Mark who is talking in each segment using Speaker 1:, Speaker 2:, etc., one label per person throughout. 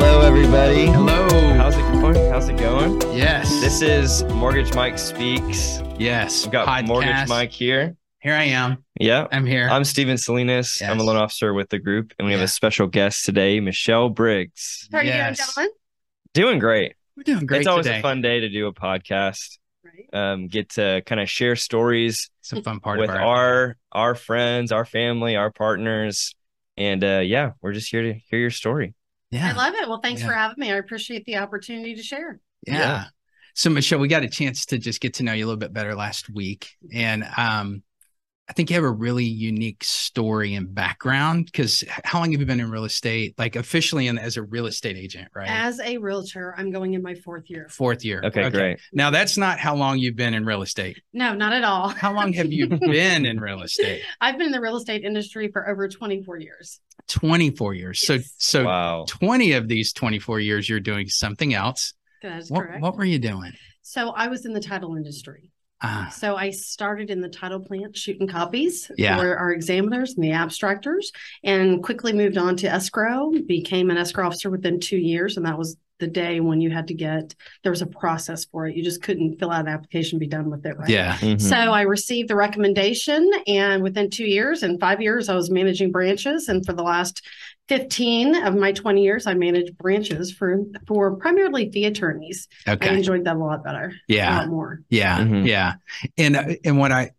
Speaker 1: everybody.
Speaker 2: Hello.
Speaker 3: How's it going? How's it going?
Speaker 2: Yes.
Speaker 3: This is Mortgage Mike Speaks.
Speaker 2: yes.
Speaker 3: We've got
Speaker 2: Podcast.
Speaker 3: Mortgage Mike here.
Speaker 2: Here I am.
Speaker 3: Yeah.
Speaker 2: I'm here.
Speaker 3: I'm Steven Salinas. I'm a
Speaker 2: Yes.
Speaker 3: loan officer with the group, and we
Speaker 2: Yeah.
Speaker 3: have a special guest today, Michelle Briggs.
Speaker 4: How are
Speaker 2: Yes.
Speaker 4: you doing,
Speaker 3: Doing great.
Speaker 2: We're doing great
Speaker 3: it's always
Speaker 2: today.
Speaker 3: a fun day to do a podcast.
Speaker 4: Dylan? Right.
Speaker 3: Um, get to kind of share stories
Speaker 2: it's a fun part
Speaker 3: with
Speaker 2: of our,
Speaker 3: our our friends, our family, our partners, and uh, yeah, we're just here to hear your story.
Speaker 2: yeah,
Speaker 4: I love it. Well, thanks
Speaker 2: Yeah.
Speaker 4: for having me. I appreciate the opportunity to share.
Speaker 2: yeah.
Speaker 3: yeah.
Speaker 2: So Michelle, we got a chance to just get to know you a little bit better last week, and um, I think you have a really unique story and background. Because how long have you been in real estate? Like officially, and as a real estate agent, right?
Speaker 4: As a realtor, I'm going in my fourth year.
Speaker 2: Fourth year.
Speaker 3: Okay, great.
Speaker 2: Now that's not how long you've been in real estate.
Speaker 4: No, not at all.
Speaker 2: How long have you been in real estate?
Speaker 4: I've been in the real estate industry for over 24 years.
Speaker 2: Twenty-four years. So
Speaker 4: Yes.
Speaker 2: so
Speaker 3: wow.
Speaker 2: 20 of these 24 years you're doing something else.
Speaker 4: That is
Speaker 2: What,
Speaker 4: correct.
Speaker 2: what were you doing?
Speaker 4: So I was in the title industry.
Speaker 2: Uh,
Speaker 4: So I started in the title plant shooting copies
Speaker 2: Yeah.
Speaker 4: for our examiners and the abstractors and quickly moved on to escrow, became an escrow officer within two years. And that was the day when you had to get, there was a process for it. You just couldn't fill out an application, be done with it. Right.
Speaker 2: yeah.
Speaker 3: Mhm.
Speaker 4: So I received the recommendation, and within two years and five years, I was managing branches. And for the last 15 of my 20 years, I managed branches for for primarily fee attorneys. I
Speaker 2: Okay.
Speaker 4: enjoyed that a lot better, a
Speaker 2: Yeah.
Speaker 4: lot more.
Speaker 2: Yeah.
Speaker 3: Mhm.
Speaker 2: Yeah. And, uh, and what I,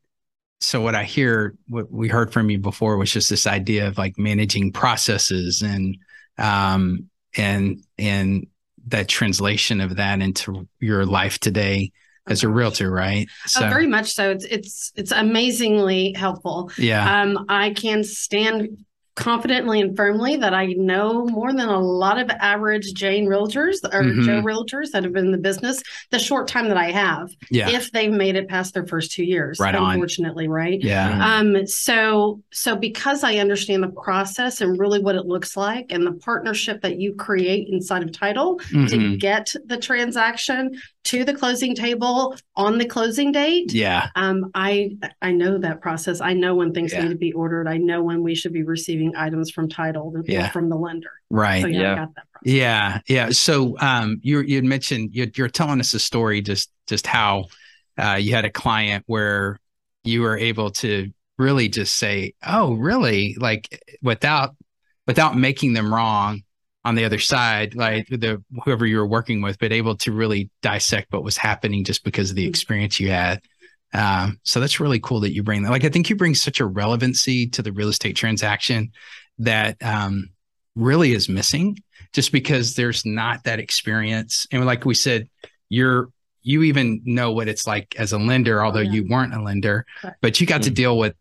Speaker 2: so what I hear, what we heard from you before was just this idea of like managing processes and, um, and, and that translation of that into your life today as a realtor, right? So,
Speaker 4: Oh, very much so. It's it's it's amazingly helpful.
Speaker 2: yeah.
Speaker 4: Um, I can stand confidently and firmly that I know more than a lot of average Jane realtors or
Speaker 2: Mhm.
Speaker 4: Joe realtors that have been in the business the short time that I have.
Speaker 2: Yeah.
Speaker 4: if they've made it past their first two years
Speaker 2: Right on.
Speaker 4: unfortunately right
Speaker 2: yeah.
Speaker 4: um so so because i understand the process and really what it looks like and the partnership that you create inside of title
Speaker 2: Mhm.
Speaker 4: to get the transaction to the closing table on the closing date
Speaker 2: Yeah.
Speaker 4: um i i know that process i know when things
Speaker 2: Yeah.
Speaker 4: need to be ordered i know when we should be receiving items from title or
Speaker 2: Yeah.
Speaker 4: from the lender
Speaker 2: Right.
Speaker 4: so yeah,
Speaker 3: Yeah.
Speaker 4: i got that process.
Speaker 2: Yeah, yeah. So um, you you had mentioned you you're telling us a story just just how uh, you had a client where you were able to really just say, "Oh, really?" Like without without making them wrong on the other side, like the whoever you were working with, but able to really dissect what was happening just because of the experience you had. Um, so that's really cool that you bring that. Like I think you bring such a relevancy to the real estate transaction that um, really is missing just because there's not that experience. And like we said, you're you even know what it's like as a lender, although
Speaker 4: yeah.
Speaker 2: you weren't a lender,
Speaker 4: Correct.
Speaker 2: but you got to
Speaker 3: Mhm.
Speaker 2: deal with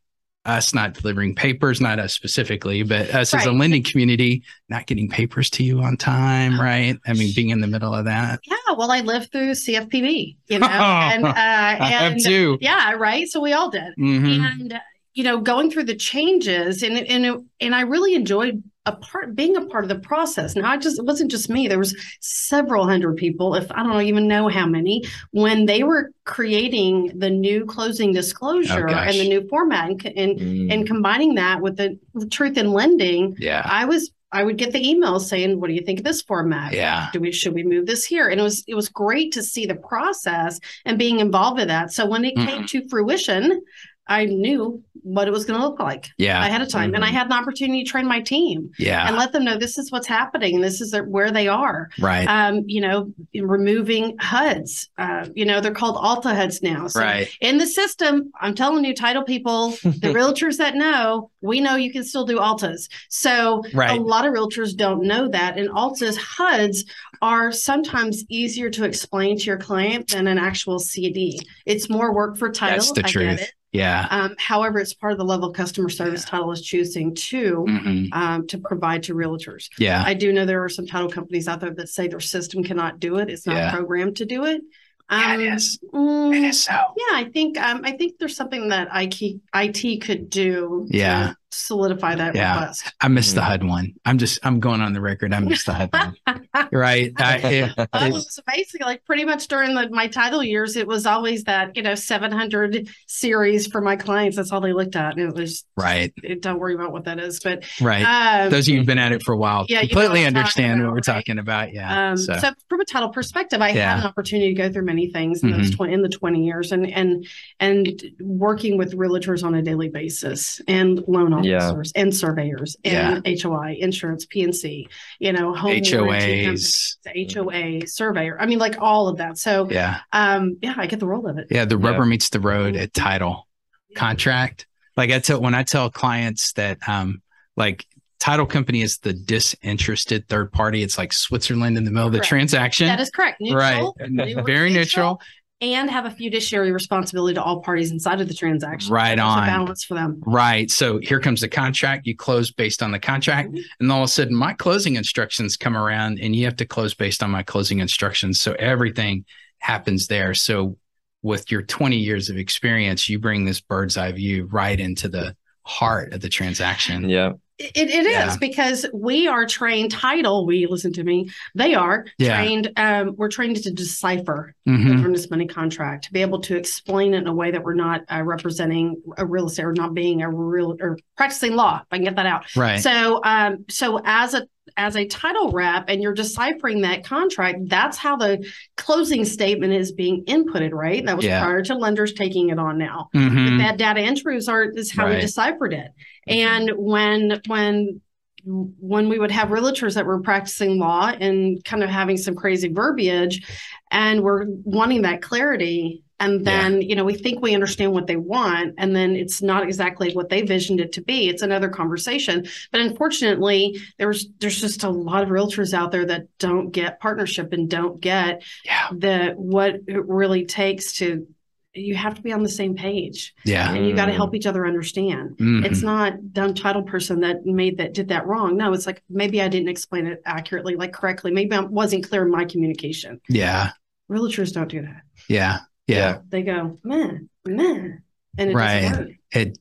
Speaker 2: us not delivering papers, not us specifically, but us as a
Speaker 4: Right.
Speaker 2: lending community not getting papers to you on time,
Speaker 4: Oh.
Speaker 2: right? I mean, being in the middle of that.
Speaker 4: yeah well i lived through cfpb you know and uh
Speaker 2: I have
Speaker 4: and
Speaker 2: too.
Speaker 4: yeah right so we all did
Speaker 2: Mhm.
Speaker 4: and you know going through the changes and and and I really enjoyed a part being a part of the process. Now I just it wasn't just me. There was several hundred people, if I don't even know how many, when they were creating the new closing disclosure
Speaker 2: gosh.
Speaker 4: and the new format and co- and,
Speaker 3: Mhm.
Speaker 4: and combining that with the truth in lending,
Speaker 2: Yeah.
Speaker 4: I was I would get the emails saying, "What do you think of this format?
Speaker 2: Yeah.
Speaker 4: do we should we move this here and it was it was great to see the process and being involved with that so when it came to fruition i knew what it was going to look like
Speaker 2: Yeah.
Speaker 4: ahead of time and i had an opportunity to train my team and
Speaker 2: Yeah.
Speaker 4: let them know this is what's happening and this is their- where they are
Speaker 2: Right.
Speaker 4: um, you know removing huds uh, you know they're called alta huds now so
Speaker 2: right.
Speaker 4: in the system, I'm telling you, title people, the realtors that know, we know you can still do altas. So
Speaker 2: Right.
Speaker 4: a lot of realtors don't know that. And altas HUDs are sometimes easier to explain to your client than an actual CD. It's more work for title.
Speaker 2: That's the
Speaker 4: I
Speaker 2: truth.
Speaker 4: get it.
Speaker 2: Yeah.
Speaker 4: Um, however, it's part of the level of customer service title is choosing to
Speaker 2: Mhm.
Speaker 4: um, to provide to realtors.
Speaker 2: Yeah.
Speaker 4: I do know there are some title companies out there that say their system cannot do it. It's not
Speaker 2: Yeah.
Speaker 4: programmed to do it.
Speaker 2: Yeah,
Speaker 4: Um,
Speaker 2: it is.
Speaker 4: mm,
Speaker 2: It is so.
Speaker 4: yeah, I think um, I think there's something that IT IT could do. to-
Speaker 2: Yeah.
Speaker 4: to, solidify that
Speaker 2: Yeah.
Speaker 4: request.
Speaker 2: I missed the
Speaker 3: Mhm.
Speaker 2: HUD one. I'm just I'm going on the record. I missed the HUD one. Right. I, it-
Speaker 4: Oh, it
Speaker 2: it-
Speaker 4: was amazing. Like pretty much during the, my title years, it was always that you know 700 series for my clients. That's all they looked at. It was
Speaker 2: right.
Speaker 4: it, don't worry about what that is. But
Speaker 2: Right.
Speaker 4: um,
Speaker 2: Those of you've been at it for a while
Speaker 4: yeah, you know
Speaker 2: completely
Speaker 4: what I'm talking
Speaker 2: understand what
Speaker 4: about,
Speaker 2: we're
Speaker 4: right?
Speaker 2: talking about. Yeah.
Speaker 4: um, so.
Speaker 2: so.
Speaker 4: from a title perspective, I
Speaker 2: Yeah. Mm-hmm.
Speaker 4: had an opportunity to go through many things in those tw- in the 20 years, and and and working with realtors on a daily basis, and loan
Speaker 3: Yeah.
Speaker 4: officers, and surveyors, and HOI, insurance, PNC, you know, home warranty companies,
Speaker 2: HOAs.
Speaker 4: HOA, surveyor. I mean, like all of that. So
Speaker 2: Yeah.
Speaker 4: um, yeah, I get the role of it.
Speaker 2: Yeah. The
Speaker 3: Yeah.
Speaker 2: rubber meets the road at title contract. Like I tell when I tell clients that um like title company is the disinterested third party. It's like Switzerland in the middle of the
Speaker 4: Correct.
Speaker 2: transaction.
Speaker 4: That is correct.
Speaker 2: right.
Speaker 4: Neutral, they were
Speaker 2: Very neutral.
Speaker 4: and have a fiduciary responsibility to all parties inside of the transaction.
Speaker 2: Right
Speaker 4: There's
Speaker 2: on.
Speaker 4: a balance for them.
Speaker 2: Right. So here comes the contract. You close based on the contract.
Speaker 4: Mm-hmm.
Speaker 2: And all of a sudden, my closing instructions come around and you have to close based on my closing instructions. So everything happens there. So with your 20 years of experience, you bring this bird's eye view right into the heart of the transaction.
Speaker 3: Yeah.
Speaker 4: It, it is
Speaker 2: Yeah.
Speaker 4: because we are trained title. We listen to me. They are
Speaker 2: Yeah.
Speaker 4: trained. Um, we're trained to decipher
Speaker 2: Mhm.
Speaker 4: the earnest money contract to be able to explain it in a way that we're not uh, representing a real estate or not being a real or practicing law. If I can get that out.
Speaker 2: Right.
Speaker 4: So, um, so as a as a title rep, and you're deciphering that contract, that's how the closing statement is being inputted. Right. That was
Speaker 2: Yeah.
Speaker 4: prior to lenders taking it on now
Speaker 2: Mhm.
Speaker 4: but that data entries are is how
Speaker 2: Right. Mm-hmm.
Speaker 4: we deciphered it. And when when when we would have realtors that were practicing law and kind of having some crazy verbiage and we're wanting that clarity and then you know we think we understand what they want and then it's not exactly what they visioned it to be it's another conversation but unfortunately there's there's just a lot of realtors out there that don't get partnership and don't get
Speaker 2: Yeah.
Speaker 4: the what it really takes to you have to be on the same page
Speaker 2: Yeah.
Speaker 4: and you got to
Speaker 3: Mm.
Speaker 4: help each other understand
Speaker 2: Mhm.
Speaker 4: it's not dumb title person that made that did that wrong no it's like maybe i didn't explain it accurately like correctly maybe i wasn't clear in my communication
Speaker 2: yeah.
Speaker 4: realtors don't do that
Speaker 2: Yeah. Yeah.
Speaker 4: they go man man and it
Speaker 2: Right.
Speaker 4: doesn't work.
Speaker 2: It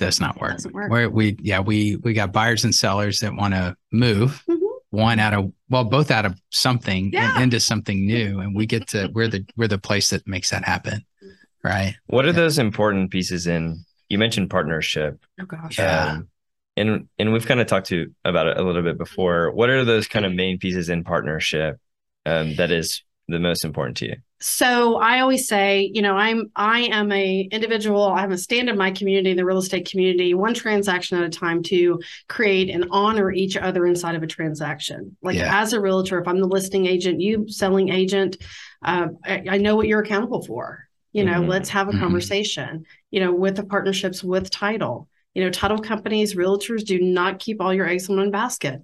Speaker 2: does not work.
Speaker 4: Doesn't work.
Speaker 2: Where we, yeah, we, we got buyers and sellers that want to move.
Speaker 4: Mhm.
Speaker 2: one out of well both out of something and
Speaker 4: Yeah.
Speaker 2: into something new and we get to we're the we're the place that makes that happen
Speaker 4: Mm-hmm.
Speaker 2: right
Speaker 3: What are those important pieces in? You mentioned partnership.
Speaker 4: oh gosh
Speaker 2: Yeah.
Speaker 3: Um, and and we've kind of talked to about it a little bit before. What are those kind of main pieces in partnership um, that is the most important to you?
Speaker 4: so i always say you know i'm i am a individual i'm a stand in my community the real estate community one transaction at a time to create and honor each other inside of a transaction like
Speaker 2: Yeah.
Speaker 4: as a realtor if i'm the listing agent you selling agent uh, I, I know what you're accountable for you know
Speaker 3: Mhm.
Speaker 4: let's have a
Speaker 2: Mhm.
Speaker 4: conversation you know with the partnerships with title you know title companies realtors do not keep all your eggs in one basket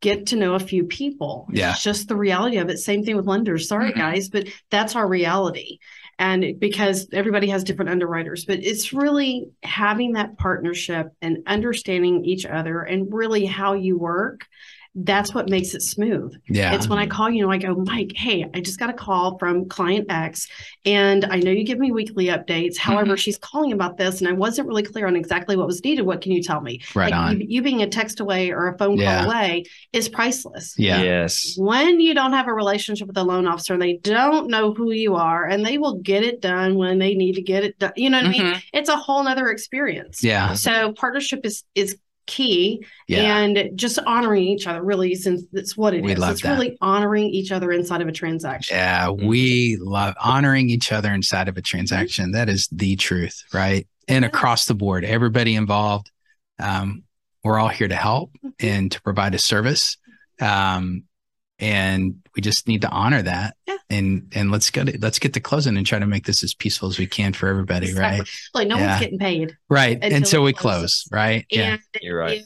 Speaker 4: get to know a few people
Speaker 2: Yeah.
Speaker 4: it's just the reality of it same thing with lenders sorry
Speaker 2: Mhm.
Speaker 4: guys but that's our reality and it- because everybody has different underwriters but it's really having that partnership and understanding each other and really how you work that's what makes it smooth
Speaker 2: yeah
Speaker 4: it's when I call you know I go, Mike, hey, I just got a call from client X, and I know you give me weekly updates.
Speaker 2: Mm-hmm.
Speaker 4: However, she's calling about this, and I wasn't really clear on exactly what was needed. What can you tell me?
Speaker 2: right
Speaker 4: like
Speaker 2: on
Speaker 4: You, you being a text away or a phone
Speaker 2: Yeah.
Speaker 4: call away is priceless.
Speaker 2: yeah
Speaker 3: Yes.
Speaker 4: When you don't have a relationship with a loan officer, they don't know who you are, and they will get it done when they need to get it done. You know what I mean?
Speaker 2: Mhm.
Speaker 4: It's a whole nother experience.
Speaker 2: yeah
Speaker 4: So partnership is is key
Speaker 2: yeah
Speaker 4: and just honoring each other really since that's what it is.
Speaker 2: We love
Speaker 4: it's
Speaker 2: that.
Speaker 4: really honoring each other inside of a transaction
Speaker 2: yeah we love honoring each other inside of
Speaker 4: Mm-hmm.
Speaker 2: a transaction that is the truth right and
Speaker 4: Yeah.
Speaker 2: across the board everybody involved um, we're all here to help
Speaker 4: Mm-hmm.
Speaker 2: and to provide a service um, and we just need to honor that
Speaker 4: Yeah.
Speaker 2: and and let's get it let's get to closing and try to make this as peaceful as we can for everybody right
Speaker 4: Exactly. like no
Speaker 2: Yeah.
Speaker 4: one's getting paid
Speaker 2: Right.
Speaker 4: until
Speaker 2: until
Speaker 4: it
Speaker 2: we
Speaker 4: closes.
Speaker 2: close, right? yeah.
Speaker 4: and
Speaker 3: You're right.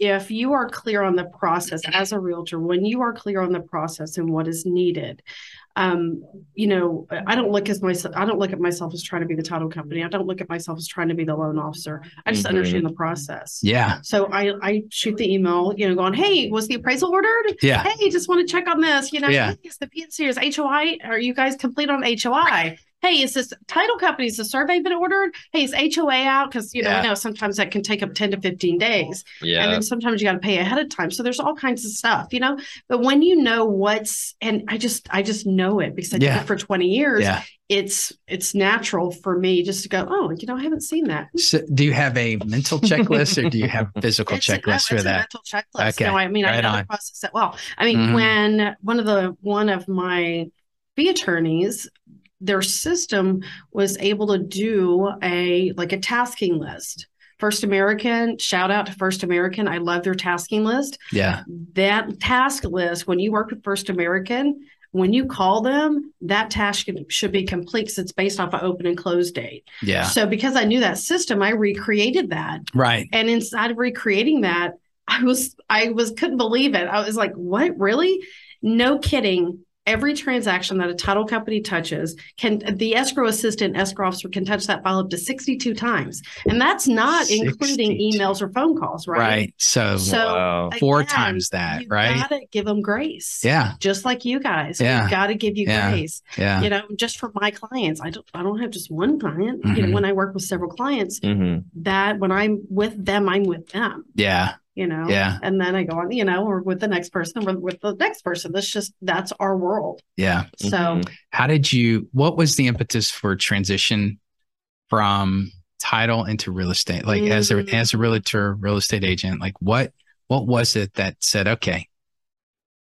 Speaker 4: if, if you are clear on the process as a realtor when you are clear on the process and what is needed um you know i don't look as myself i don't look at myself as trying to be the title company i don't look at myself as trying to be the loan officer i just
Speaker 3: Mhm.
Speaker 4: understand the process
Speaker 2: Yeah.
Speaker 4: so I, I shoot the email, you know, going, hey, was the appraisal ordered?
Speaker 2: Yeah.
Speaker 4: hey, just want to check on this. You know,
Speaker 2: Yeah.
Speaker 4: hey, is the PNC is HOI? Are you guys complete on HOI? hey, is this title company? Is the survey been ordered? Hey, is HOA out? Because you know,
Speaker 3: Yeah.
Speaker 4: we know sometimes that can take up 10 to 15 days.
Speaker 3: Yeah.
Speaker 4: And then sometimes you got to pay ahead of time. So there's all kinds of stuff, you know. But when you know what's and I just I just know it because I
Speaker 2: Yeah.
Speaker 4: did it for 20 years.
Speaker 2: Yeah.
Speaker 4: It's it's natural for me just to go, oh, you know, I haven't seen that.
Speaker 2: So do you have a mental checklist or do you have a physical
Speaker 4: It's a- no,
Speaker 2: checklist for
Speaker 4: it's a
Speaker 2: that?
Speaker 4: mental checklist.
Speaker 2: Okay.
Speaker 4: No, I mean I
Speaker 2: Right
Speaker 4: know
Speaker 2: on.
Speaker 4: the process that well. I mean,
Speaker 2: Mhm.
Speaker 4: when one of the one of my fee attorneys, their system was able to do a like a tasking list. First American, shout out to First American. I love their tasking list.
Speaker 2: Yeah.
Speaker 4: That task list, when you work with First American, when you call them, that task should be complete because it's based off an open and close date.
Speaker 2: Yeah.
Speaker 4: So, because I knew that system, I recreated that
Speaker 2: Right.
Speaker 4: and inside of recreating that i was i was couldn't believe it i was like what really no kidding every transaction that a title company touches can the escrow assistant escrow officer can touch that file up to 62 times and that's not including
Speaker 2: 62.
Speaker 4: emails or phone calls
Speaker 2: Right.
Speaker 4: right,
Speaker 2: So,
Speaker 4: So-
Speaker 3: wow.
Speaker 2: four
Speaker 4: Again,
Speaker 2: times that,
Speaker 4: you
Speaker 2: right?
Speaker 4: gotta give them grace
Speaker 2: yeah.
Speaker 4: just like you guys
Speaker 2: Yeah.
Speaker 4: we gotta give you
Speaker 2: Yeah.
Speaker 4: grace
Speaker 2: Yeah.
Speaker 4: you know just for my clients i don't i don't have just one client you
Speaker 2: Mhm.
Speaker 4: know when i work with several clients
Speaker 3: hmm
Speaker 4: that when i'm with them i'm with them
Speaker 2: Yeah.
Speaker 4: you know
Speaker 2: Yeah.
Speaker 4: and then I go on, you know, or with the next person, or with the next person. That's just that's our world.
Speaker 2: Yeah.
Speaker 4: So
Speaker 2: How did you, what was the impetus for transition from title into real estate? Like as a,
Speaker 4: Mm.
Speaker 2: as a realtor, real estate agent, like what, what was it that said, okay,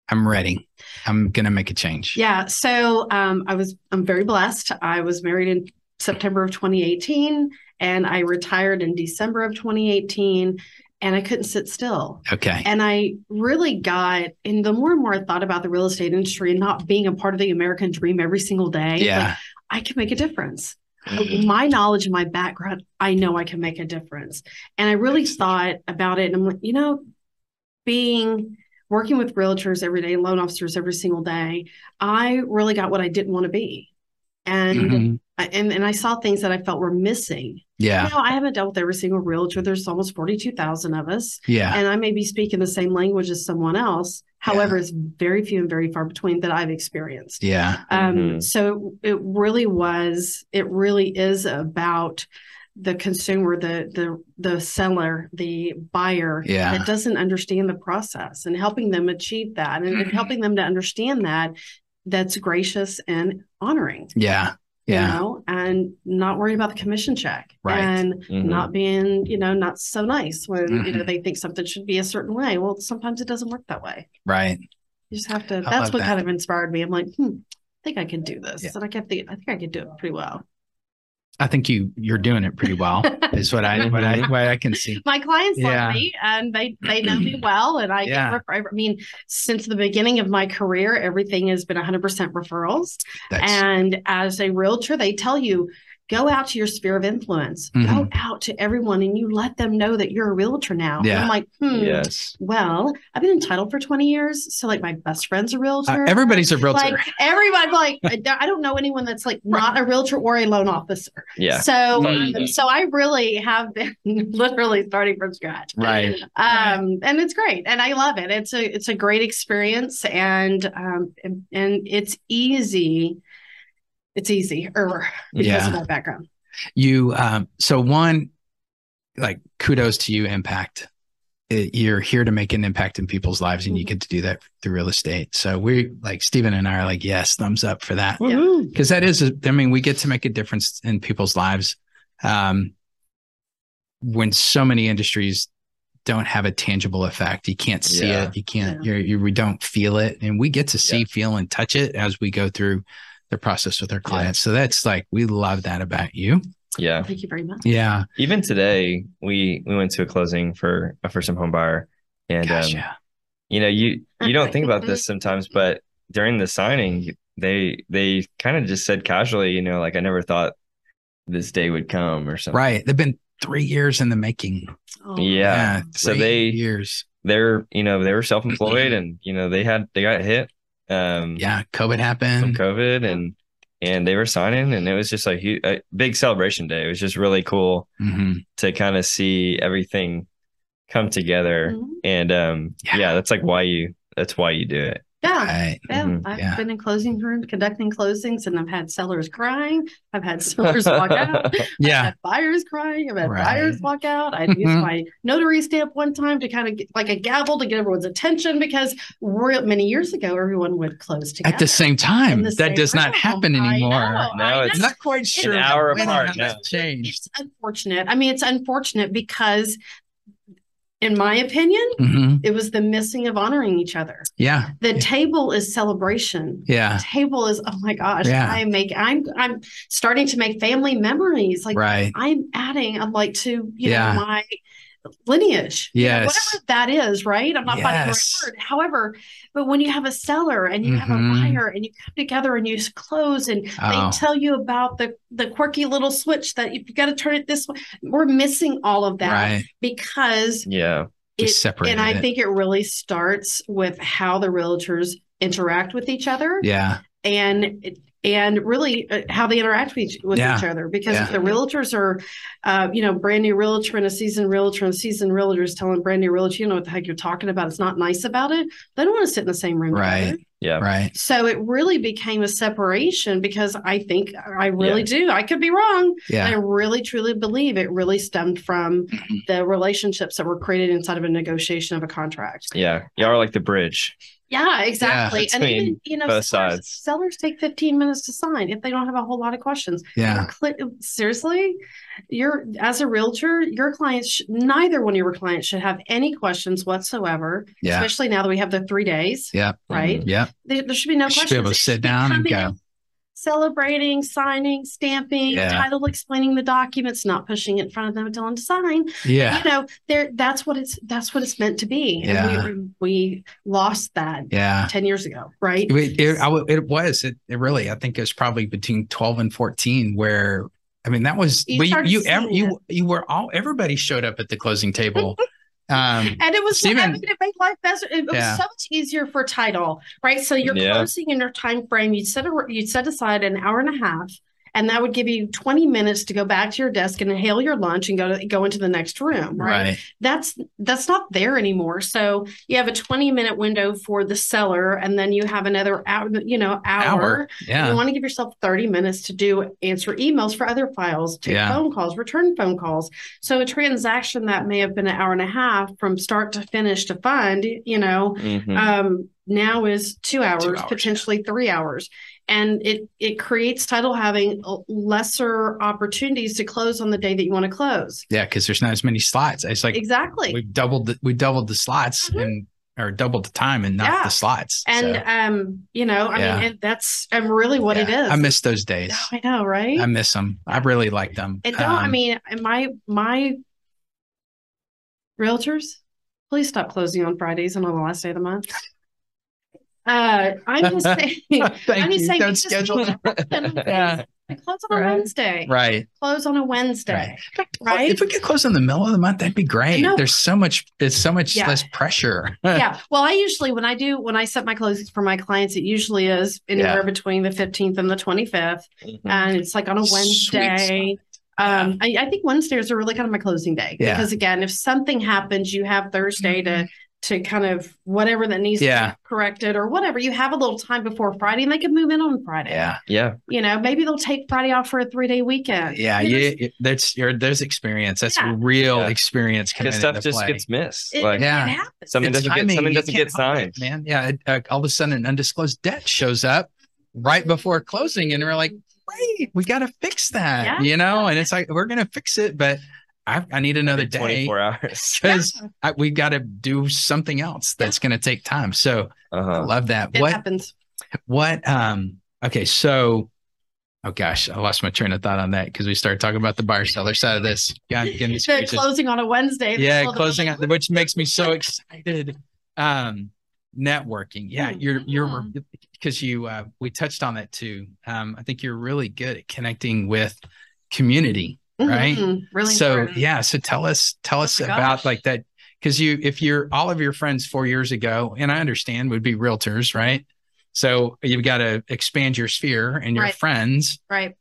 Speaker 2: I'm ready. I'm going to make a change.
Speaker 4: yeah, so um, I was I'm very blessed. I was married in September of 2018, and I retired in December of 2018, and I couldn't sit still.
Speaker 2: Okay.
Speaker 4: And I really got, and the more and more I thought about the real estate industry and not being a part of the American dream every single day, it's like,
Speaker 2: Yeah. Mm-hmm.
Speaker 4: I can make a difference.
Speaker 3: Mhm.
Speaker 4: my knowledge and my background, I know I can make a difference. And I really thought about it and I'm like, you know, being working with realtors every day, loan officers every single day, I really got what I didn't want to be. And
Speaker 2: Mhm.
Speaker 4: I- and and I saw things that I felt were missing.
Speaker 2: Yeah.
Speaker 4: You know, I haven't dealt with every single realtor. There's almost 42,000 of us
Speaker 2: Yeah.
Speaker 4: and I may be speaking the same language as someone else. However, it's very few and very far between that I've experienced.
Speaker 2: Yeah.
Speaker 4: Um,
Speaker 2: Mm-hmm.
Speaker 3: Mhm.
Speaker 4: So it really was. It really is about the consumer, the the the seller, the buyer
Speaker 2: Yeah.
Speaker 4: that doesn't understand the process, and helping them achieve that, and
Speaker 2: Mhm.
Speaker 4: helping them to understand that that's gracious and honoring.
Speaker 2: Yeah.
Speaker 4: You
Speaker 2: Yeah.
Speaker 4: know, and not worry about the commission check.
Speaker 2: Right.
Speaker 4: And
Speaker 2: Mm-hmm.
Speaker 3: Mhm.
Speaker 4: not being, you know, not so nice when you know
Speaker 2: Mhm.
Speaker 4: they think something should be a certain way. Well, sometimes it doesn't work that way.
Speaker 2: Right.
Speaker 4: You just have to.
Speaker 2: love
Speaker 4: That's what
Speaker 2: that.
Speaker 4: kind of inspired me. I'm like, hmm, I think I can do this,
Speaker 2: Yeah.
Speaker 4: and I kept thinking, I think I could do it pretty well.
Speaker 2: I think you you're doing it pretty well. is what I what I what I can see.
Speaker 4: My clients
Speaker 2: Yeah.
Speaker 4: love me, and they they know me well, and I
Speaker 2: Yeah.
Speaker 4: get refer- I mean, since the beginning of my career, everything has been 100% referrals.
Speaker 2: That's
Speaker 4: And as a realtor, they tell you. Go out to your sphere of influence. Go
Speaker 2: Mhm.
Speaker 4: out to everyone and you let them know that you're a realtor now. And
Speaker 2: Yeah.
Speaker 4: I'm like, hmm,
Speaker 3: Yes.
Speaker 4: well, I've been entitled for 20 years. So, like, my best friend's a
Speaker 2: uh,
Speaker 4: realtor.
Speaker 2: everybody's a realtor.
Speaker 4: like everybody like I don't- I don't know anyone that's like not a realtor or a loan officer.
Speaker 3: Yeah.
Speaker 4: So
Speaker 2: Mm.
Speaker 4: um, so I really have been literally starting from scratch.
Speaker 2: right.
Speaker 4: Um and it's great and I love it. It's a it's a great experience and um and, and it's easy. It's easy er because
Speaker 2: Yeah.
Speaker 4: of my background.
Speaker 2: You um so one like kudos to you impact. It- you're here to make an impact in people's lives and you
Speaker 4: Mhm.
Speaker 2: get to do that through real estate. So we like Stephen and I are like yes, thumbs up for that.
Speaker 4: Yeah.
Speaker 3: Woohoo.
Speaker 2: because that is i mean we get to make a difference in people's lives um when so many industries don't have a tangible effect you can't see
Speaker 3: Yeah.
Speaker 2: it you can't you're, you we don't feel it and we get to see
Speaker 3: Yeah.
Speaker 2: feel and touch it as we go through the process with our clients so that's like we love that about you
Speaker 3: Yeah.
Speaker 4: Thank you very much.
Speaker 2: yeah
Speaker 3: Even today, we we went to a closing for for some home buyer, and
Speaker 2: Gosh,
Speaker 3: um,
Speaker 2: yeah
Speaker 3: you know you you don't think about this sometimes, but during the signing, they they kind of just said casually, you know, like I never thought this day would come or something.
Speaker 2: right they've been three years in the making
Speaker 4: Oh,
Speaker 3: Yeah. So
Speaker 2: three
Speaker 3: they-
Speaker 2: years
Speaker 3: They're you know they were self employed, and you know they had they got hit. Um,
Speaker 2: yeah covid
Speaker 3: from
Speaker 2: happened
Speaker 3: COVID and and they were signing and it was just a, huge, a big celebration day. It was just really cool
Speaker 2: Mhm.
Speaker 3: to kind of see everything come together
Speaker 4: Mhm.
Speaker 3: and um
Speaker 2: Yeah.
Speaker 3: yeah. that's like why you that's why you do it.
Speaker 4: Yeah.
Speaker 2: Right.
Speaker 4: Yeah,
Speaker 3: Mhm.
Speaker 4: Oh, I've
Speaker 2: Mm-hmm. Yeah.
Speaker 4: been in closing rooms, conducting closings, and I've had sellers crying. I've had sellers walk out. I've
Speaker 2: Yeah.
Speaker 4: had buyers crying. I've had
Speaker 2: Right.
Speaker 4: buyers walk out. I used
Speaker 2: Mhm.
Speaker 4: my notary stamp one time to kind of get like a gavel to get everyone's attention because real, many years ago, everyone would close together.
Speaker 2: At the same time,
Speaker 4: in the
Speaker 2: that
Speaker 4: same
Speaker 2: does not
Speaker 4: room.
Speaker 2: happen
Speaker 4: I
Speaker 2: anymore.
Speaker 4: know,
Speaker 3: No,
Speaker 4: I
Speaker 3: it's
Speaker 4: know.
Speaker 2: Not quite sure.
Speaker 3: hour
Speaker 2: when
Speaker 3: apart,
Speaker 2: that's
Speaker 3: no.
Speaker 2: Changed.
Speaker 4: It's unfortunate. I mean, it's unfortunate because, in my opinion,
Speaker 2: Mhm.
Speaker 4: it was the missing of honoring each other.
Speaker 2: Yeah.
Speaker 4: The
Speaker 2: Yeah.
Speaker 4: table is celebration.
Speaker 2: Yeah.
Speaker 4: table is oh my gosh
Speaker 2: Yeah.
Speaker 4: i make i'm i'm starting to make family memories like
Speaker 2: right.
Speaker 4: i'm adding i'm like to you
Speaker 2: Yeah.
Speaker 4: know my lineage you know,
Speaker 2: Yes.
Speaker 4: whatever that is right i'm not finding the right
Speaker 2: Yes.
Speaker 4: word however but when you have a seller and you have a
Speaker 2: Mhm.
Speaker 4: buyer and you come together and you s- close and
Speaker 2: Oh.
Speaker 4: they tell you about the the quirky little switch that you got to turn it this way we're missing all of that
Speaker 2: Right.
Speaker 4: because
Speaker 3: Yeah.
Speaker 2: We
Speaker 4: it,
Speaker 2: separated
Speaker 4: and i
Speaker 2: it.
Speaker 4: think it really starts with how the realtors interact with each other
Speaker 2: Yeah.
Speaker 4: and and really uh, how they interact with each, with
Speaker 2: Yeah.
Speaker 4: each other because if
Speaker 2: Yeah.
Speaker 4: the realtors are uh, you know brand new realtor and a seasoned realtor and seasoned realtors telling brand new realtor you know what the heck you're talking about it's not nice about it they don't want to sit in the same room
Speaker 2: Right.
Speaker 4: together.
Speaker 3: Yeah.
Speaker 2: Right.
Speaker 4: so it really became a separation because i think i really
Speaker 3: Yeah.
Speaker 4: do i could be wrong i
Speaker 2: Yeah.
Speaker 4: really truly believe it really stemmed from
Speaker 2: Mhm.
Speaker 4: the relationships that were created inside of a negotiation of a contract
Speaker 3: Yeah. Y'all are like the bridge.
Speaker 4: yeah, exactly. and
Speaker 3: between
Speaker 4: even, you know,
Speaker 3: both
Speaker 4: sellers,
Speaker 3: sides.
Speaker 4: sellers take 15 minutes to sign if they don't have a whole lot of questions.
Speaker 2: Yeah.
Speaker 4: Your cli- seriously, you're as a realtor, your clients, sh- neither one of your clients should have any questions whatsoever,
Speaker 2: Yeah.
Speaker 4: especially now that we have the three days,
Speaker 2: Yeah.
Speaker 4: right?
Speaker 2: Yeah.
Speaker 4: There, there should be no
Speaker 2: You should
Speaker 4: questions.
Speaker 2: be able to
Speaker 4: It
Speaker 2: sit
Speaker 4: should be
Speaker 2: down and
Speaker 4: coming
Speaker 2: go.
Speaker 4: up, Celebrating, signing, stamping,
Speaker 2: Yeah.
Speaker 4: title, explaining the documents, not pushing it in front of them, telling them to sign
Speaker 2: Yeah.
Speaker 4: you know there that's what it's that's what it's meant to be and
Speaker 2: Yeah.
Speaker 4: we, we lost that
Speaker 2: Yeah.
Speaker 4: 10 years ago right
Speaker 2: It, it, I w- it was. It, it really. I think it was probably between twelve and fourteen where. I mean, that was
Speaker 4: You
Speaker 2: well, you
Speaker 4: started
Speaker 2: you, ev-
Speaker 4: seeing
Speaker 2: you you were all everybody showed up at the closing table. Um,
Speaker 4: and it was I
Speaker 2: Steven-
Speaker 4: mean, it made life better it, it
Speaker 2: Yeah.
Speaker 4: was so much easier for title right so you're
Speaker 3: Yeah.
Speaker 4: closing in your time frame you set a, you set aside an hour and a half and that would give you 20 minutes to go back to your desk and inhale your lunch and go to go into the next room right,
Speaker 2: right.
Speaker 4: that's that's not there anymore so you have a 20 minute window for the seller and then you have another hour you know
Speaker 2: Hour.
Speaker 4: You
Speaker 2: Yeah.
Speaker 4: want to give yourself 30 minutes to do answer emails for other files, take
Speaker 2: Yeah.
Speaker 4: phone calls, return phone calls. So a transaction that may have been an hour and a half from start to finish to fund, you know,
Speaker 3: Mhm.
Speaker 4: um, now is two hours,
Speaker 2: Hmm. hours,
Speaker 4: potentially three hours. And it it creates title having uh, lesser opportunities to close on the day that you want to close.
Speaker 2: Yeah. Because there's not as many slots. It's like
Speaker 4: exactly.
Speaker 2: we've doubled the, we doubled the slots
Speaker 4: Mhm.
Speaker 2: and or doubled the time and not
Speaker 4: Yeah.
Speaker 2: the slots.
Speaker 4: and
Speaker 2: So,
Speaker 4: um, you know, I
Speaker 2: Yeah.
Speaker 4: mean and that's um, really what it
Speaker 2: yeah.
Speaker 4: is.
Speaker 2: I miss those days.
Speaker 4: I know, right?
Speaker 2: I miss them. I really like them.
Speaker 4: And don't, I
Speaker 2: Um,
Speaker 4: mean, my my realtors, please stop closing on Fridays and on the last day of the month. Uh, I'm just saying,
Speaker 2: thank
Speaker 4: I'm just
Speaker 2: you.
Speaker 4: saying,
Speaker 2: Don't
Speaker 4: because
Speaker 2: schedule.
Speaker 4: people often
Speaker 2: Yeah.
Speaker 4: close on a
Speaker 2: Right.
Speaker 4: Wednesday.
Speaker 2: Right.
Speaker 4: Close on a Wednesday. Right?
Speaker 2: If we could close in the middle of the month, that'd be great.
Speaker 4: know.
Speaker 2: There's so much. It's so much
Speaker 4: Yeah.
Speaker 2: less pressure.
Speaker 4: Yeah. Well, I usually when I do when I set my closings for my clients, it usually is anywhere between the 15th and the 25th,
Speaker 3: Mhm.
Speaker 4: and it's like on a
Speaker 2: Mm-hmm. Sweet
Speaker 4: Wednesday. Um, I, I think Wednesdays are really kind of my closing day
Speaker 2: Yeah. Mm-hmm.
Speaker 4: because again, if something happens, you have Thursday to to kind of whatever that needs to
Speaker 2: Yeah.
Speaker 4: be corrected or whatever. You have a little time before Friday, and they can move in on Friday.
Speaker 2: Yeah.
Speaker 3: Yeah.
Speaker 4: You know, maybe they'll take Friday off for a three day weekend.
Speaker 2: Yeah.
Speaker 4: You know,
Speaker 2: You, you- that's your there's experience. That's
Speaker 4: Yeah.
Speaker 2: real
Speaker 3: Yeah.
Speaker 2: experience. coming
Speaker 3: Because stuff
Speaker 2: into
Speaker 3: just
Speaker 2: play.
Speaker 3: gets missed.
Speaker 4: It,
Speaker 3: like
Speaker 4: it
Speaker 2: Yeah.
Speaker 4: happens.
Speaker 3: something
Speaker 2: It's
Speaker 3: doesn't
Speaker 2: timing.
Speaker 3: get something
Speaker 2: You
Speaker 3: doesn't
Speaker 2: can't
Speaker 3: get
Speaker 2: help
Speaker 3: signed.
Speaker 2: man. Yeah. it- uh, all of a sudden, an undisclosed debt shows up right before closing, and we're like, wait, we got to fix that,
Speaker 4: Yeah.
Speaker 2: you know? And it's like, we're going to fix it, but I, I need another day
Speaker 3: 24 hours.
Speaker 2: because we got to do something else that's going to take time. So I
Speaker 3: Uh-huh.
Speaker 2: love that.
Speaker 4: It
Speaker 2: What,
Speaker 4: happens.
Speaker 2: what, um, okay. So, oh gosh, I lost my train of thought on that because we started talking about the buyer seller side of this. God, give me
Speaker 4: They're
Speaker 2: speeches.
Speaker 4: closing on a Wednesday.
Speaker 2: Yeah,
Speaker 4: Well, the-
Speaker 2: closing out, which makes me so excited. Um, networking. Yeah,
Speaker 4: Mm-hmm.
Speaker 2: you're you're because you uh, we touched on that too. Um, I think you're really good at connecting with community, right?
Speaker 4: Mhm. Really.
Speaker 2: so
Speaker 4: important. Oh
Speaker 2: yeah, so tell us tell us
Speaker 4: my
Speaker 2: about
Speaker 4: gosh.
Speaker 2: like that because you if you're all of your friends four years ago, and I understand would be realtors, right? So you've got to expand your sphere and your
Speaker 4: Right.
Speaker 2: friends.
Speaker 4: Right.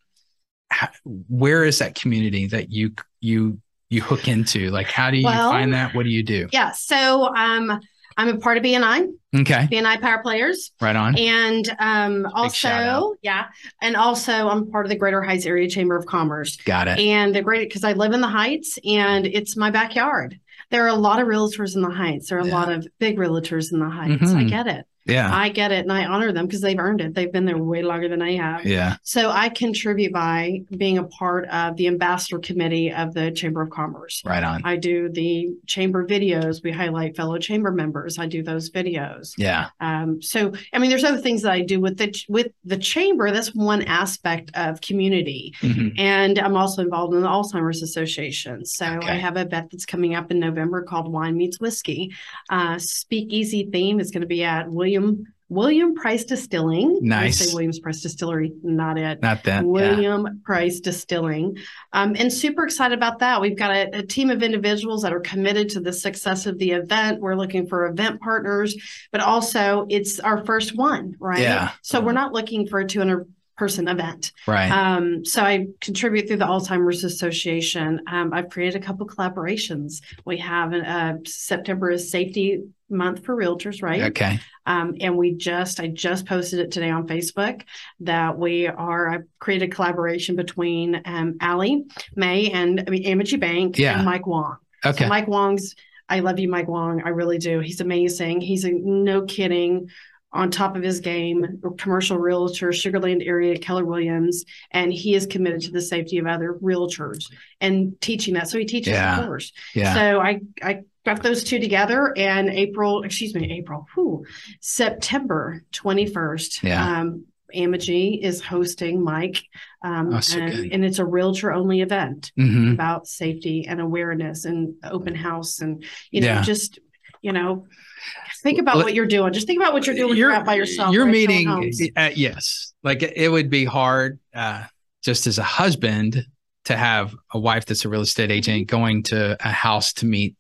Speaker 2: How, where is that community that you you you hook into? Like, how do you
Speaker 4: Well,
Speaker 2: find that? What do you do?
Speaker 4: Yeah. So um I'm a part of BNI,
Speaker 2: Okay.
Speaker 4: BNI Power Players.
Speaker 2: Right on.
Speaker 4: And um,
Speaker 2: shout
Speaker 4: also,
Speaker 2: out.
Speaker 4: yeah, and also I'm part of the Greater Heights Area Chamber of Commerce.
Speaker 2: Got it.
Speaker 4: And the great, because I live in the Heights and it's my backyard. There are a lot of realtors in the Heights. There are a
Speaker 2: Yeah.
Speaker 4: lot of big realtors in the Heights. I
Speaker 2: Mhm.
Speaker 4: get it.
Speaker 2: Yeah.
Speaker 4: I get it. And I honor them because they've earned it. They've been there way longer than I have.
Speaker 2: Yeah.
Speaker 4: So I contribute by being a part of the ambassador committee of the Chamber of Commerce.
Speaker 2: Right on.
Speaker 4: I do the chamber videos. We highlight fellow chamber members. I do those videos.
Speaker 2: Yeah.
Speaker 4: Um, so, I mean, there's other things that I do with the ch- with the chamber. That's one aspect of community,
Speaker 2: Mhm.
Speaker 4: and I'm also involved in the Alzheimer's Association. So I
Speaker 2: Okay.
Speaker 4: have a bet that's coming up in November called Wine Meets Whiskey. Uh, speakeasy theme is going to be at William William Price Distilling. I
Speaker 2: Nice.
Speaker 4: say Williams Price Distillery, not it.
Speaker 2: Not that. Yeah.
Speaker 4: William Price Distilling. Um, and super excited about that. We've got a, a team of individuals that are committed to the success of the event. We're looking for event partners, but also it's our first one, right?
Speaker 2: Yeah.
Speaker 4: So we're not looking for a 200 person event.
Speaker 2: Right.
Speaker 4: Um, so I contribute through the Alzheimer's Association. Um, I've created a couple collaborations. We have uh, September is Safety Month for Realtors, right?
Speaker 2: okay.
Speaker 4: Um, and we just, I just posted it today on Facebook that we are, I created a collaboration between um, Allie May and I mean, Amici Bank
Speaker 2: Yeah.
Speaker 4: and Mike Wong.
Speaker 2: Okay.
Speaker 4: So Mike Wong's, I love you, Mike Wong. I really do. He's amazing. He's a, no kidding on top of his game, commercial realtor, Sugarland area, Keller Williams, and he is committed to the safety of other realtors and teaching that. So he teaches
Speaker 2: Yeah.
Speaker 4: the course.
Speaker 2: yeah.
Speaker 4: So I I got those two together and April, excuse me, April, whew, September 21st.
Speaker 2: Yeah.
Speaker 4: Um, Amogee is hosting Mike. Um,
Speaker 2: Oh, so
Speaker 4: and,
Speaker 2: good.
Speaker 4: and it's a realtor only event
Speaker 2: hmm
Speaker 4: about safety and awareness and open house and, you know,
Speaker 2: Yeah.
Speaker 4: just, you know, think about
Speaker 2: Let-
Speaker 4: what you're doing. Just think about what you're doing when you're out by yourself.
Speaker 2: Your
Speaker 4: or at your
Speaker 2: meeting,
Speaker 4: homes.
Speaker 2: uh, yes. Like it would be hard, uh, just as a husband, to have a wife that's a real estate agent
Speaker 4: Mm-hmm.
Speaker 2: going to a house to meet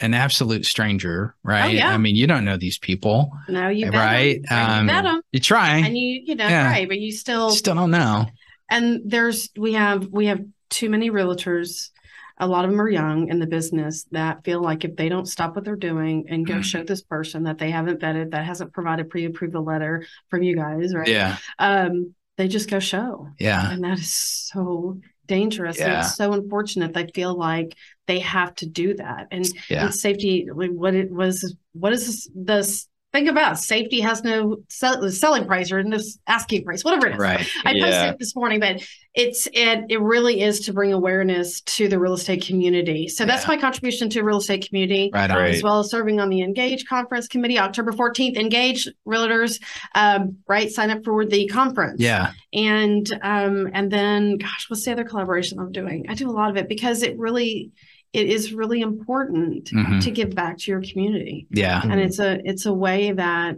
Speaker 2: an absolute stranger, right?
Speaker 4: Oh, yeah.
Speaker 2: I mean, you don't know these people.
Speaker 4: No, you bet 'em.
Speaker 2: right? Um,
Speaker 4: you bet 'em.
Speaker 2: You try,
Speaker 4: And you, you know,
Speaker 2: Yeah.
Speaker 4: right. But you still,
Speaker 2: still don't know.
Speaker 4: and there's we have we have too many realtors a lot of them are young in the business that feel like if they don't stop what they're doing and go
Speaker 2: Mhm.
Speaker 4: show this person that they haven't vetted that hasn't provided pre-approval letter from you guys right
Speaker 2: Yeah.
Speaker 4: um they just go show
Speaker 2: Yeah.
Speaker 4: and that is so dangerous and
Speaker 2: Yeah.
Speaker 4: it's so unfortunate they feel like they have to do that and,
Speaker 2: Yeah.
Speaker 4: and safety like, what it was what is this, this thing about safety has no sell, selling price or no asking price whatever it is
Speaker 2: Right.
Speaker 4: I
Speaker 3: Yeah.
Speaker 4: posted it this morning, but it's it it really is to bring awareness to the real estate community. So that's
Speaker 2: Yeah.
Speaker 4: my contribution to real estate community.
Speaker 2: Right. On.
Speaker 3: Right.
Speaker 4: As well as serving on the Engage Conference Committee, October 14th, Engage Realtors, um, right? Sign up for the conference.
Speaker 2: Yeah.
Speaker 4: And um, and then gosh, what's the other collaboration I'm doing? I do a lot of it because it really it is really important
Speaker 2: Mhm.
Speaker 4: to give back to your community
Speaker 2: Yeah.
Speaker 4: and it's a it's a way that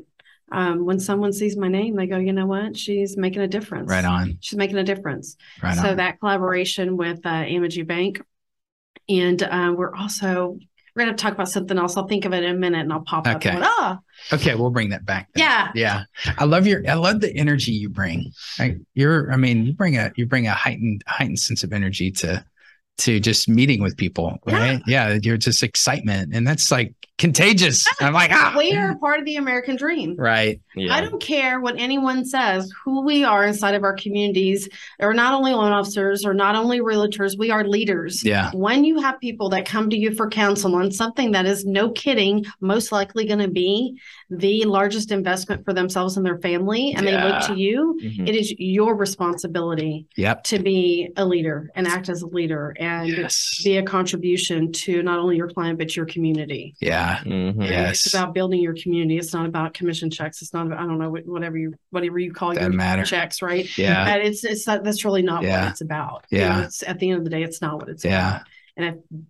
Speaker 4: um, when someone sees my name they go you know what she's making a difference
Speaker 2: Right on.
Speaker 4: she's making a difference
Speaker 2: Right
Speaker 4: so
Speaker 2: on.
Speaker 4: that collaboration with uh, Amogee Bank and uh, we're also we're gonna talk about something else I'll think of it in a minute and I'll pop up
Speaker 2: Okay.
Speaker 4: and, oh
Speaker 2: okay, we'll bring that back. then.
Speaker 4: yeah
Speaker 2: Yeah. I love your I love the energy you bring. Like you're I mean, you bring a you bring a heightened heightened sense of energy to to just meeting with people, right? Yeah, you're just excitement and that's like contagious. I'm like, ah.
Speaker 4: we are part of the American dream
Speaker 2: Right.
Speaker 3: Yeah.
Speaker 4: I don't care what anyone says, who we are inside of our communities are not only loan officers or not only realtors, we are leaders.
Speaker 2: Yeah.
Speaker 4: When you have people that come to you for counsel on something that is no kidding, most likely going to be the largest investment for themselves and their family, and they look
Speaker 3: Yeah.
Speaker 4: to you,
Speaker 3: Mhm.
Speaker 2: Mm-hmm.
Speaker 4: it is your responsibility
Speaker 2: Yep.
Speaker 4: to be a leader and act as a leader and
Speaker 2: Yes.
Speaker 4: be a contribution to not only your client, but your community.
Speaker 2: Yeah.
Speaker 3: Mhm.
Speaker 4: And
Speaker 2: Yes.
Speaker 4: It's about building your community. It's not about commission checks. It's not about, I don't know, wh- whatever you, whatever you call
Speaker 2: Doesn't
Speaker 4: your
Speaker 2: matter.
Speaker 4: checks, right?
Speaker 2: Yeah.
Speaker 4: But it's, it's not, that's really not
Speaker 2: Yeah.
Speaker 4: what it's about.
Speaker 2: Yeah.
Speaker 4: know, it's, at the end of the day, it's not what it's
Speaker 2: Yeah.
Speaker 4: about. And if,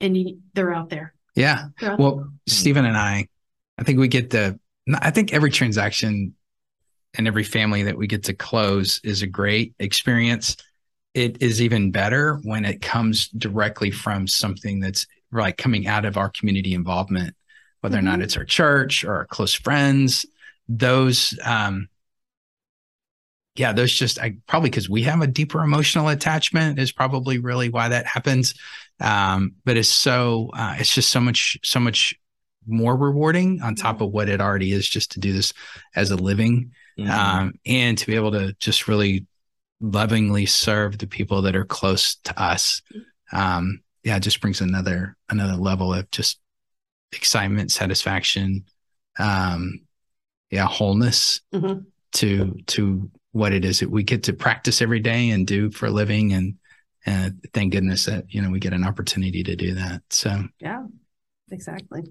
Speaker 4: and you, they're out there.
Speaker 2: Yeah.
Speaker 4: They're out
Speaker 2: Well, Stephen and I, I think we get the, I think every transaction and every family that we get to close is a great experience. It is even better when it comes directly from something that's like coming out of our community involvement, whether or not
Speaker 4: Mhm.
Speaker 2: it's our church or our close friends. Those, um, yeah, those just I, probably because we have a deeper emotional attachment is probably really why that happens um, but it's so uh, it's just so much so much more rewarding on top of what it already is just to do this as a living
Speaker 3: Mhm.
Speaker 2: um, and to be able to just really lovingly serve the people that are close to us um, yeah it just brings another another level of just excitement satisfaction um, yeah wholeness
Speaker 4: Mhm.
Speaker 2: to to what it is that we get to practice every day and do for a living and and thank goodness that you know we get an opportunity to do that so
Speaker 4: Yeah, exactly.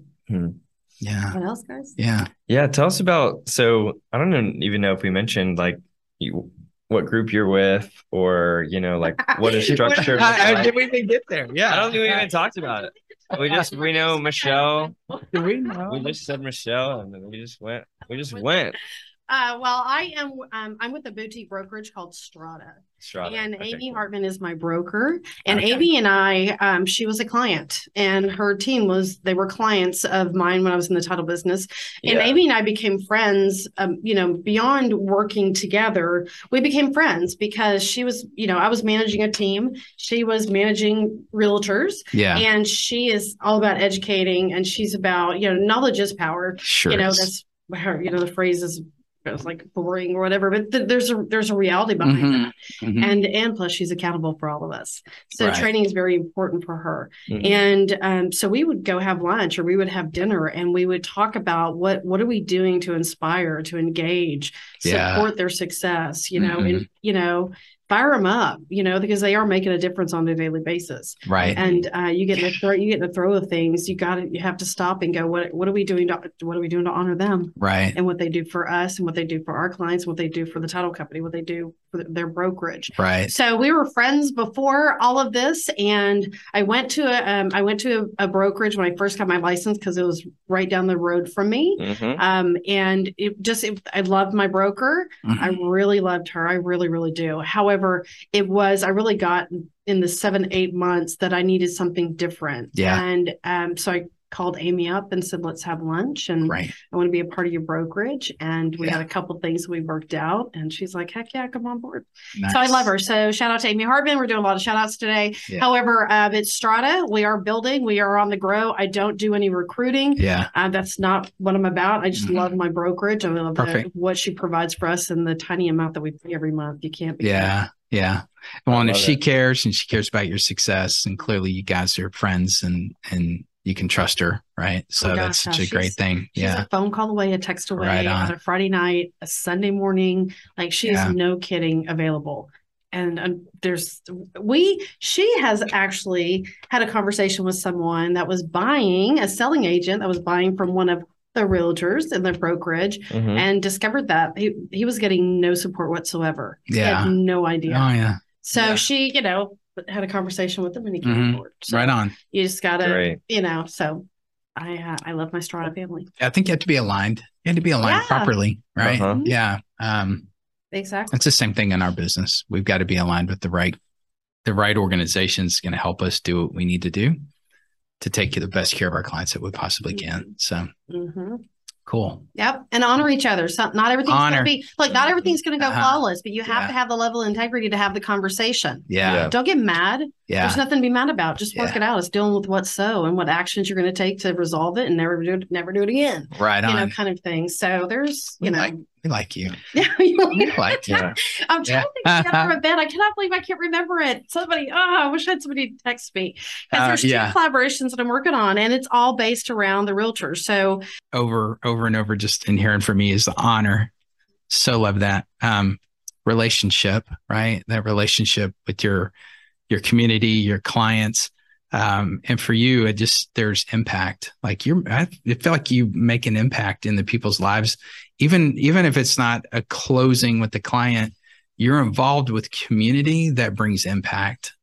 Speaker 2: yeah
Speaker 4: What else, guys?
Speaker 2: yeah
Speaker 3: Yeah, tell us about. So I don't know- even know if we mentioned like you, what group you're with, or you know, like what a structure. looks
Speaker 4: I- I-
Speaker 3: like.
Speaker 4: did
Speaker 2: we even get there yeah
Speaker 3: I don't think we even talked about it. We just we know Michelle.
Speaker 2: do we know
Speaker 3: We just said Michelle, and then we just went. We just went.
Speaker 4: Uh, well, I am. Um, I'm with a boutique brokerage called Strata,
Speaker 3: Strata.
Speaker 4: and
Speaker 3: Okay,
Speaker 4: Amy
Speaker 3: cool.
Speaker 4: Hartman is my broker. And
Speaker 2: Okay.
Speaker 4: Amy and I, um, she was a client, and her team was they were clients of mine when I was in the title business. And
Speaker 3: Yeah.
Speaker 4: Amy and I became friends. Um, you know, beyond working together, we became friends because she was, you know, I was managing a team, she was managing realtors,
Speaker 2: yeah
Speaker 4: and she is all about educating, and she's about, you know, knowledge is power
Speaker 2: sure
Speaker 4: you know that's where you know the phrase is it was like boring or whatever but th- there's a there's a reality behind
Speaker 3: Mm-hmm.
Speaker 2: Mhm.
Speaker 4: that
Speaker 2: Mhm.
Speaker 4: and and plus she's accountable for all of us so
Speaker 2: Right. Mm-hmm.
Speaker 4: training is very important for her
Speaker 3: Mhm.
Speaker 4: and um, so we would go have lunch or we would have dinner and we would talk about what what are we doing to inspire to engage
Speaker 2: Yeah.
Speaker 4: support their success you know
Speaker 2: Mhm.
Speaker 4: and you know fire them up you know because they are making a difference on a daily basis
Speaker 2: right
Speaker 4: and uh, you get in the throw, you get in the throw of things. You got to you have to stop and go. What what are we doing? To, what are we doing to honor them
Speaker 2: right
Speaker 4: and what they do for us and what they do for our clients, what they do for the title company, what they do for th- their brokerage.
Speaker 2: right
Speaker 4: So we were friends before all of this, and I went to a um, I went to a, a brokerage when I first got my license because it was right down the road from me.
Speaker 3: Mhm.
Speaker 4: Um, and it just it, I loved my broker.
Speaker 2: Mm-hmm.
Speaker 4: I really loved her. I really, really do. However, it was, I really got in the seven, eight months that I needed something different.
Speaker 2: Yeah.
Speaker 4: And um, so I called Amy up and said, let's have lunch. And
Speaker 2: right
Speaker 4: I want to be a part of your brokerage. And we
Speaker 2: Yeah.
Speaker 4: had a couple things we worked out. And she's like, heck yeah, come on board. So I
Speaker 2: Nice.
Speaker 4: love her. So shout out to Amy Hartman. We're doing a lot of shout outs today.
Speaker 2: Yeah.
Speaker 4: However, uh, it's Strata. We are building, we are on the grow. I don't do any recruiting.
Speaker 2: yeah
Speaker 4: Uh, that's not what I'm about. I just
Speaker 2: Mhm.
Speaker 4: love my brokerage. I love the,
Speaker 2: Perfect.
Speaker 4: what she provides for us and the tiny amount that we pay every month. You can't be.
Speaker 2: yeah yeah well and if
Speaker 3: love
Speaker 2: she
Speaker 3: it.
Speaker 2: cares and she cares about your success and clearly you guys are friends and and you can trust her right so
Speaker 4: Oh gosh,
Speaker 2: that's such
Speaker 4: yeah,
Speaker 2: a great
Speaker 4: she's-
Speaker 2: thing
Speaker 4: She's
Speaker 2: yeah
Speaker 4: a phone call away, a text away
Speaker 2: Right on.
Speaker 4: on. a Friday night, a Sunday morning. Like she
Speaker 2: Yeah.
Speaker 4: is no kidding available. And um, there's we she has actually had a conversation with someone that was buying a selling agent that was buying from one of the realtors in the brokerage
Speaker 3: Mhm.
Speaker 2: Mm-hmm.
Speaker 4: and discovered that he, he was getting no support whatsoever. He
Speaker 2: Yeah.
Speaker 4: had no
Speaker 2: oh
Speaker 4: idea.
Speaker 2: yeah
Speaker 4: So
Speaker 2: Yeah.
Speaker 4: she, you know, had a conversation with him and he came
Speaker 2: Mhm.
Speaker 4: aboard. So
Speaker 2: right on
Speaker 4: You just gotta,
Speaker 3: Great.
Speaker 4: you know. So I, uh, I love my Strata family.
Speaker 2: i think you have to be aligned you have to be aligned
Speaker 4: Yeah.
Speaker 2: properly right
Speaker 3: Uh-huh.
Speaker 2: yeah um
Speaker 4: Exactly.
Speaker 2: it's the same thing in our business we've got to be aligned with the right the right organization's going to help us do what we need to do to take the best care of our clients that we possibly
Speaker 4: Mm-hmm.
Speaker 2: can so
Speaker 4: hmm
Speaker 2: cool
Speaker 4: Yep. And honor each other. So not everything's
Speaker 2: Honor.
Speaker 4: gonna be like not everything's gonna go
Speaker 2: Uh-huh.
Speaker 4: flawless, but you have
Speaker 2: Yeah.
Speaker 4: to have the level of integrity to have the conversation.
Speaker 2: yeah
Speaker 3: Yeah.
Speaker 4: Don't get mad.
Speaker 2: yeah,
Speaker 4: There's nothing to be mad about. Just work
Speaker 2: Yeah.
Speaker 4: it out. It's dealing with what's so and what actions you're going to take to resolve it and never do it, never do it again.
Speaker 2: right
Speaker 4: You
Speaker 2: on
Speaker 4: know, kind of thing. So there's,
Speaker 2: We
Speaker 4: you know,
Speaker 2: like- we like you
Speaker 4: yeah.
Speaker 2: we like you
Speaker 3: Yeah.
Speaker 4: I'm
Speaker 2: Yeah.
Speaker 4: trying to get out for a bit. I cannot believe I can't remember it. Somebody, oh, I wish I had somebody to text me.
Speaker 2: Uh,
Speaker 4: Because there's two
Speaker 2: yeah.
Speaker 4: collaborations that I'm working on, and it's all based around the realtor. So
Speaker 2: over over and over just in hearing from me is the honor so love that um relationship right that relationship with your your community your clients um and for you it just there's impact like you're i I feel like you make an impact in the people's lives even even if it's not a closing with the client you're involved with community that brings impact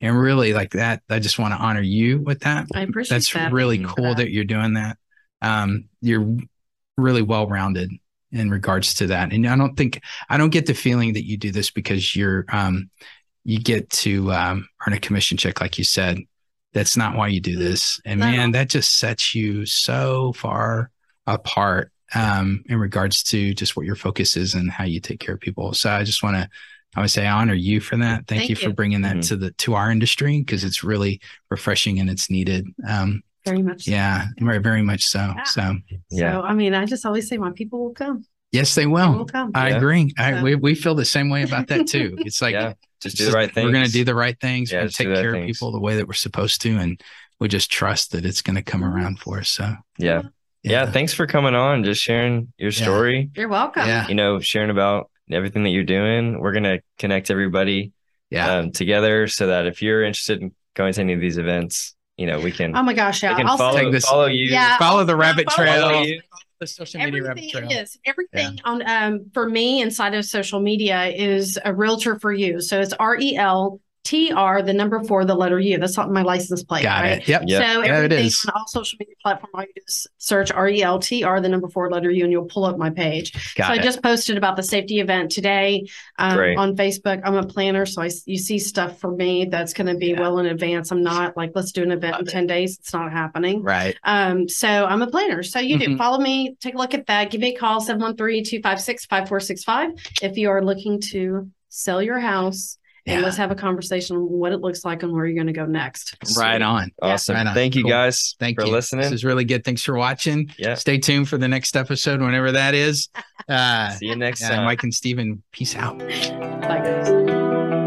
Speaker 2: and really like that i just want to honor you with that
Speaker 4: I appreciate
Speaker 2: that's
Speaker 4: that.
Speaker 2: really
Speaker 3: Thank you for
Speaker 2: cool
Speaker 4: that.
Speaker 2: that you're doing that um you're really well rounded in regards to that and i don't think i don't get the feeling that you do this because you're um you get to um earn a commission check like you said that's not why you do this and
Speaker 4: Mm-hmm. Not at
Speaker 2: man
Speaker 4: all.
Speaker 2: that just sets you so far apart um in regards to just what your focus is and how you take care of people so i just want to i would say I honor you for that thank,
Speaker 4: Thank
Speaker 2: you for
Speaker 4: you.
Speaker 2: bringing that
Speaker 3: Mhm.
Speaker 2: to the to our industry because it's really refreshing and it's needed um
Speaker 4: Very much. so.
Speaker 2: Yeah, very, very much so.
Speaker 4: Yeah.
Speaker 2: So,
Speaker 3: Yeah.
Speaker 4: So I mean, I just always say my people will come.
Speaker 2: yes, they
Speaker 4: They
Speaker 2: will.
Speaker 4: will come.
Speaker 2: Oh, I
Speaker 3: Yeah.
Speaker 2: agree. I,
Speaker 4: So-
Speaker 2: we, we feel the same way about that too. It's like,
Speaker 3: yeah. Just do the
Speaker 2: just-
Speaker 3: right thing.
Speaker 2: we're going to do the right things.
Speaker 3: Yeah,
Speaker 2: we're going to
Speaker 3: let's do
Speaker 2: take
Speaker 3: the
Speaker 2: care of
Speaker 3: things.
Speaker 2: people the way that we're supposed to. And we just trust that it's going to
Speaker 4: Mm-hmm.
Speaker 2: come around for us. So,
Speaker 3: Yeah. yeah. Thanks for coming on, just sharing your
Speaker 2: Yeah.
Speaker 3: story.
Speaker 4: You're welcome.
Speaker 2: Yeah.
Speaker 3: you know, sharing about everything that you're doing. We're going to connect everybody
Speaker 2: Yeah.
Speaker 3: um, together so that if you're interested in going to any of these events, you know, we can,
Speaker 4: Oh my gosh,
Speaker 3: we
Speaker 4: yeah.
Speaker 3: can
Speaker 4: I'll
Speaker 3: follow,
Speaker 4: send
Speaker 2: Take this-
Speaker 3: follow you.
Speaker 4: Yeah.
Speaker 2: Follow the rabbit
Speaker 4: follow
Speaker 2: trail.
Speaker 3: you.
Speaker 2: The social media rabbit
Speaker 4: everything
Speaker 2: trail.
Speaker 4: yes, everything on um for me inside of social media is a realtor for you. So it's R E L T R, the number four, the letter U. That's on my license plate,
Speaker 2: Got
Speaker 4: right?
Speaker 2: it. Yep.
Speaker 3: Yeah.
Speaker 4: So
Speaker 2: Yeah, it
Speaker 4: everything
Speaker 2: is.
Speaker 4: on all social media platform, all you do is search R E L T R, the number four letter U, and you'll pull up my page.
Speaker 2: Got
Speaker 4: so
Speaker 2: it.
Speaker 4: I just posted about the safety event today um,
Speaker 3: Great.
Speaker 4: on Facebook. I'm a planner, so I s- you see stuff for me that's going to be
Speaker 2: Yeah.
Speaker 4: well in advance. I'm not like let's do an event
Speaker 2: Love
Speaker 4: in
Speaker 2: it.
Speaker 4: ten days. It's not happening.
Speaker 2: right.
Speaker 4: Um, so I'm a planner. So you do
Speaker 2: Mhm.
Speaker 4: follow me, take a look at that. Give me a call, 713-256-5465 if you are looking to sell your house. And
Speaker 2: Yeah.
Speaker 4: let's have a conversation on what it looks like and where you're going to go next.
Speaker 2: Right on.
Speaker 3: Awesome.
Speaker 2: Right on.
Speaker 3: Thank you
Speaker 2: Cool.
Speaker 3: guys
Speaker 2: Thank
Speaker 3: for
Speaker 2: you. This
Speaker 3: listening.
Speaker 2: is really good. Thanks for watching.
Speaker 3: yeah.
Speaker 2: Stay tuned for the next episode, whenever that is. Uh,
Speaker 3: See you next
Speaker 2: yeah,
Speaker 3: time.
Speaker 2: Mike and Steven, peace out.
Speaker 4: Bye, guys.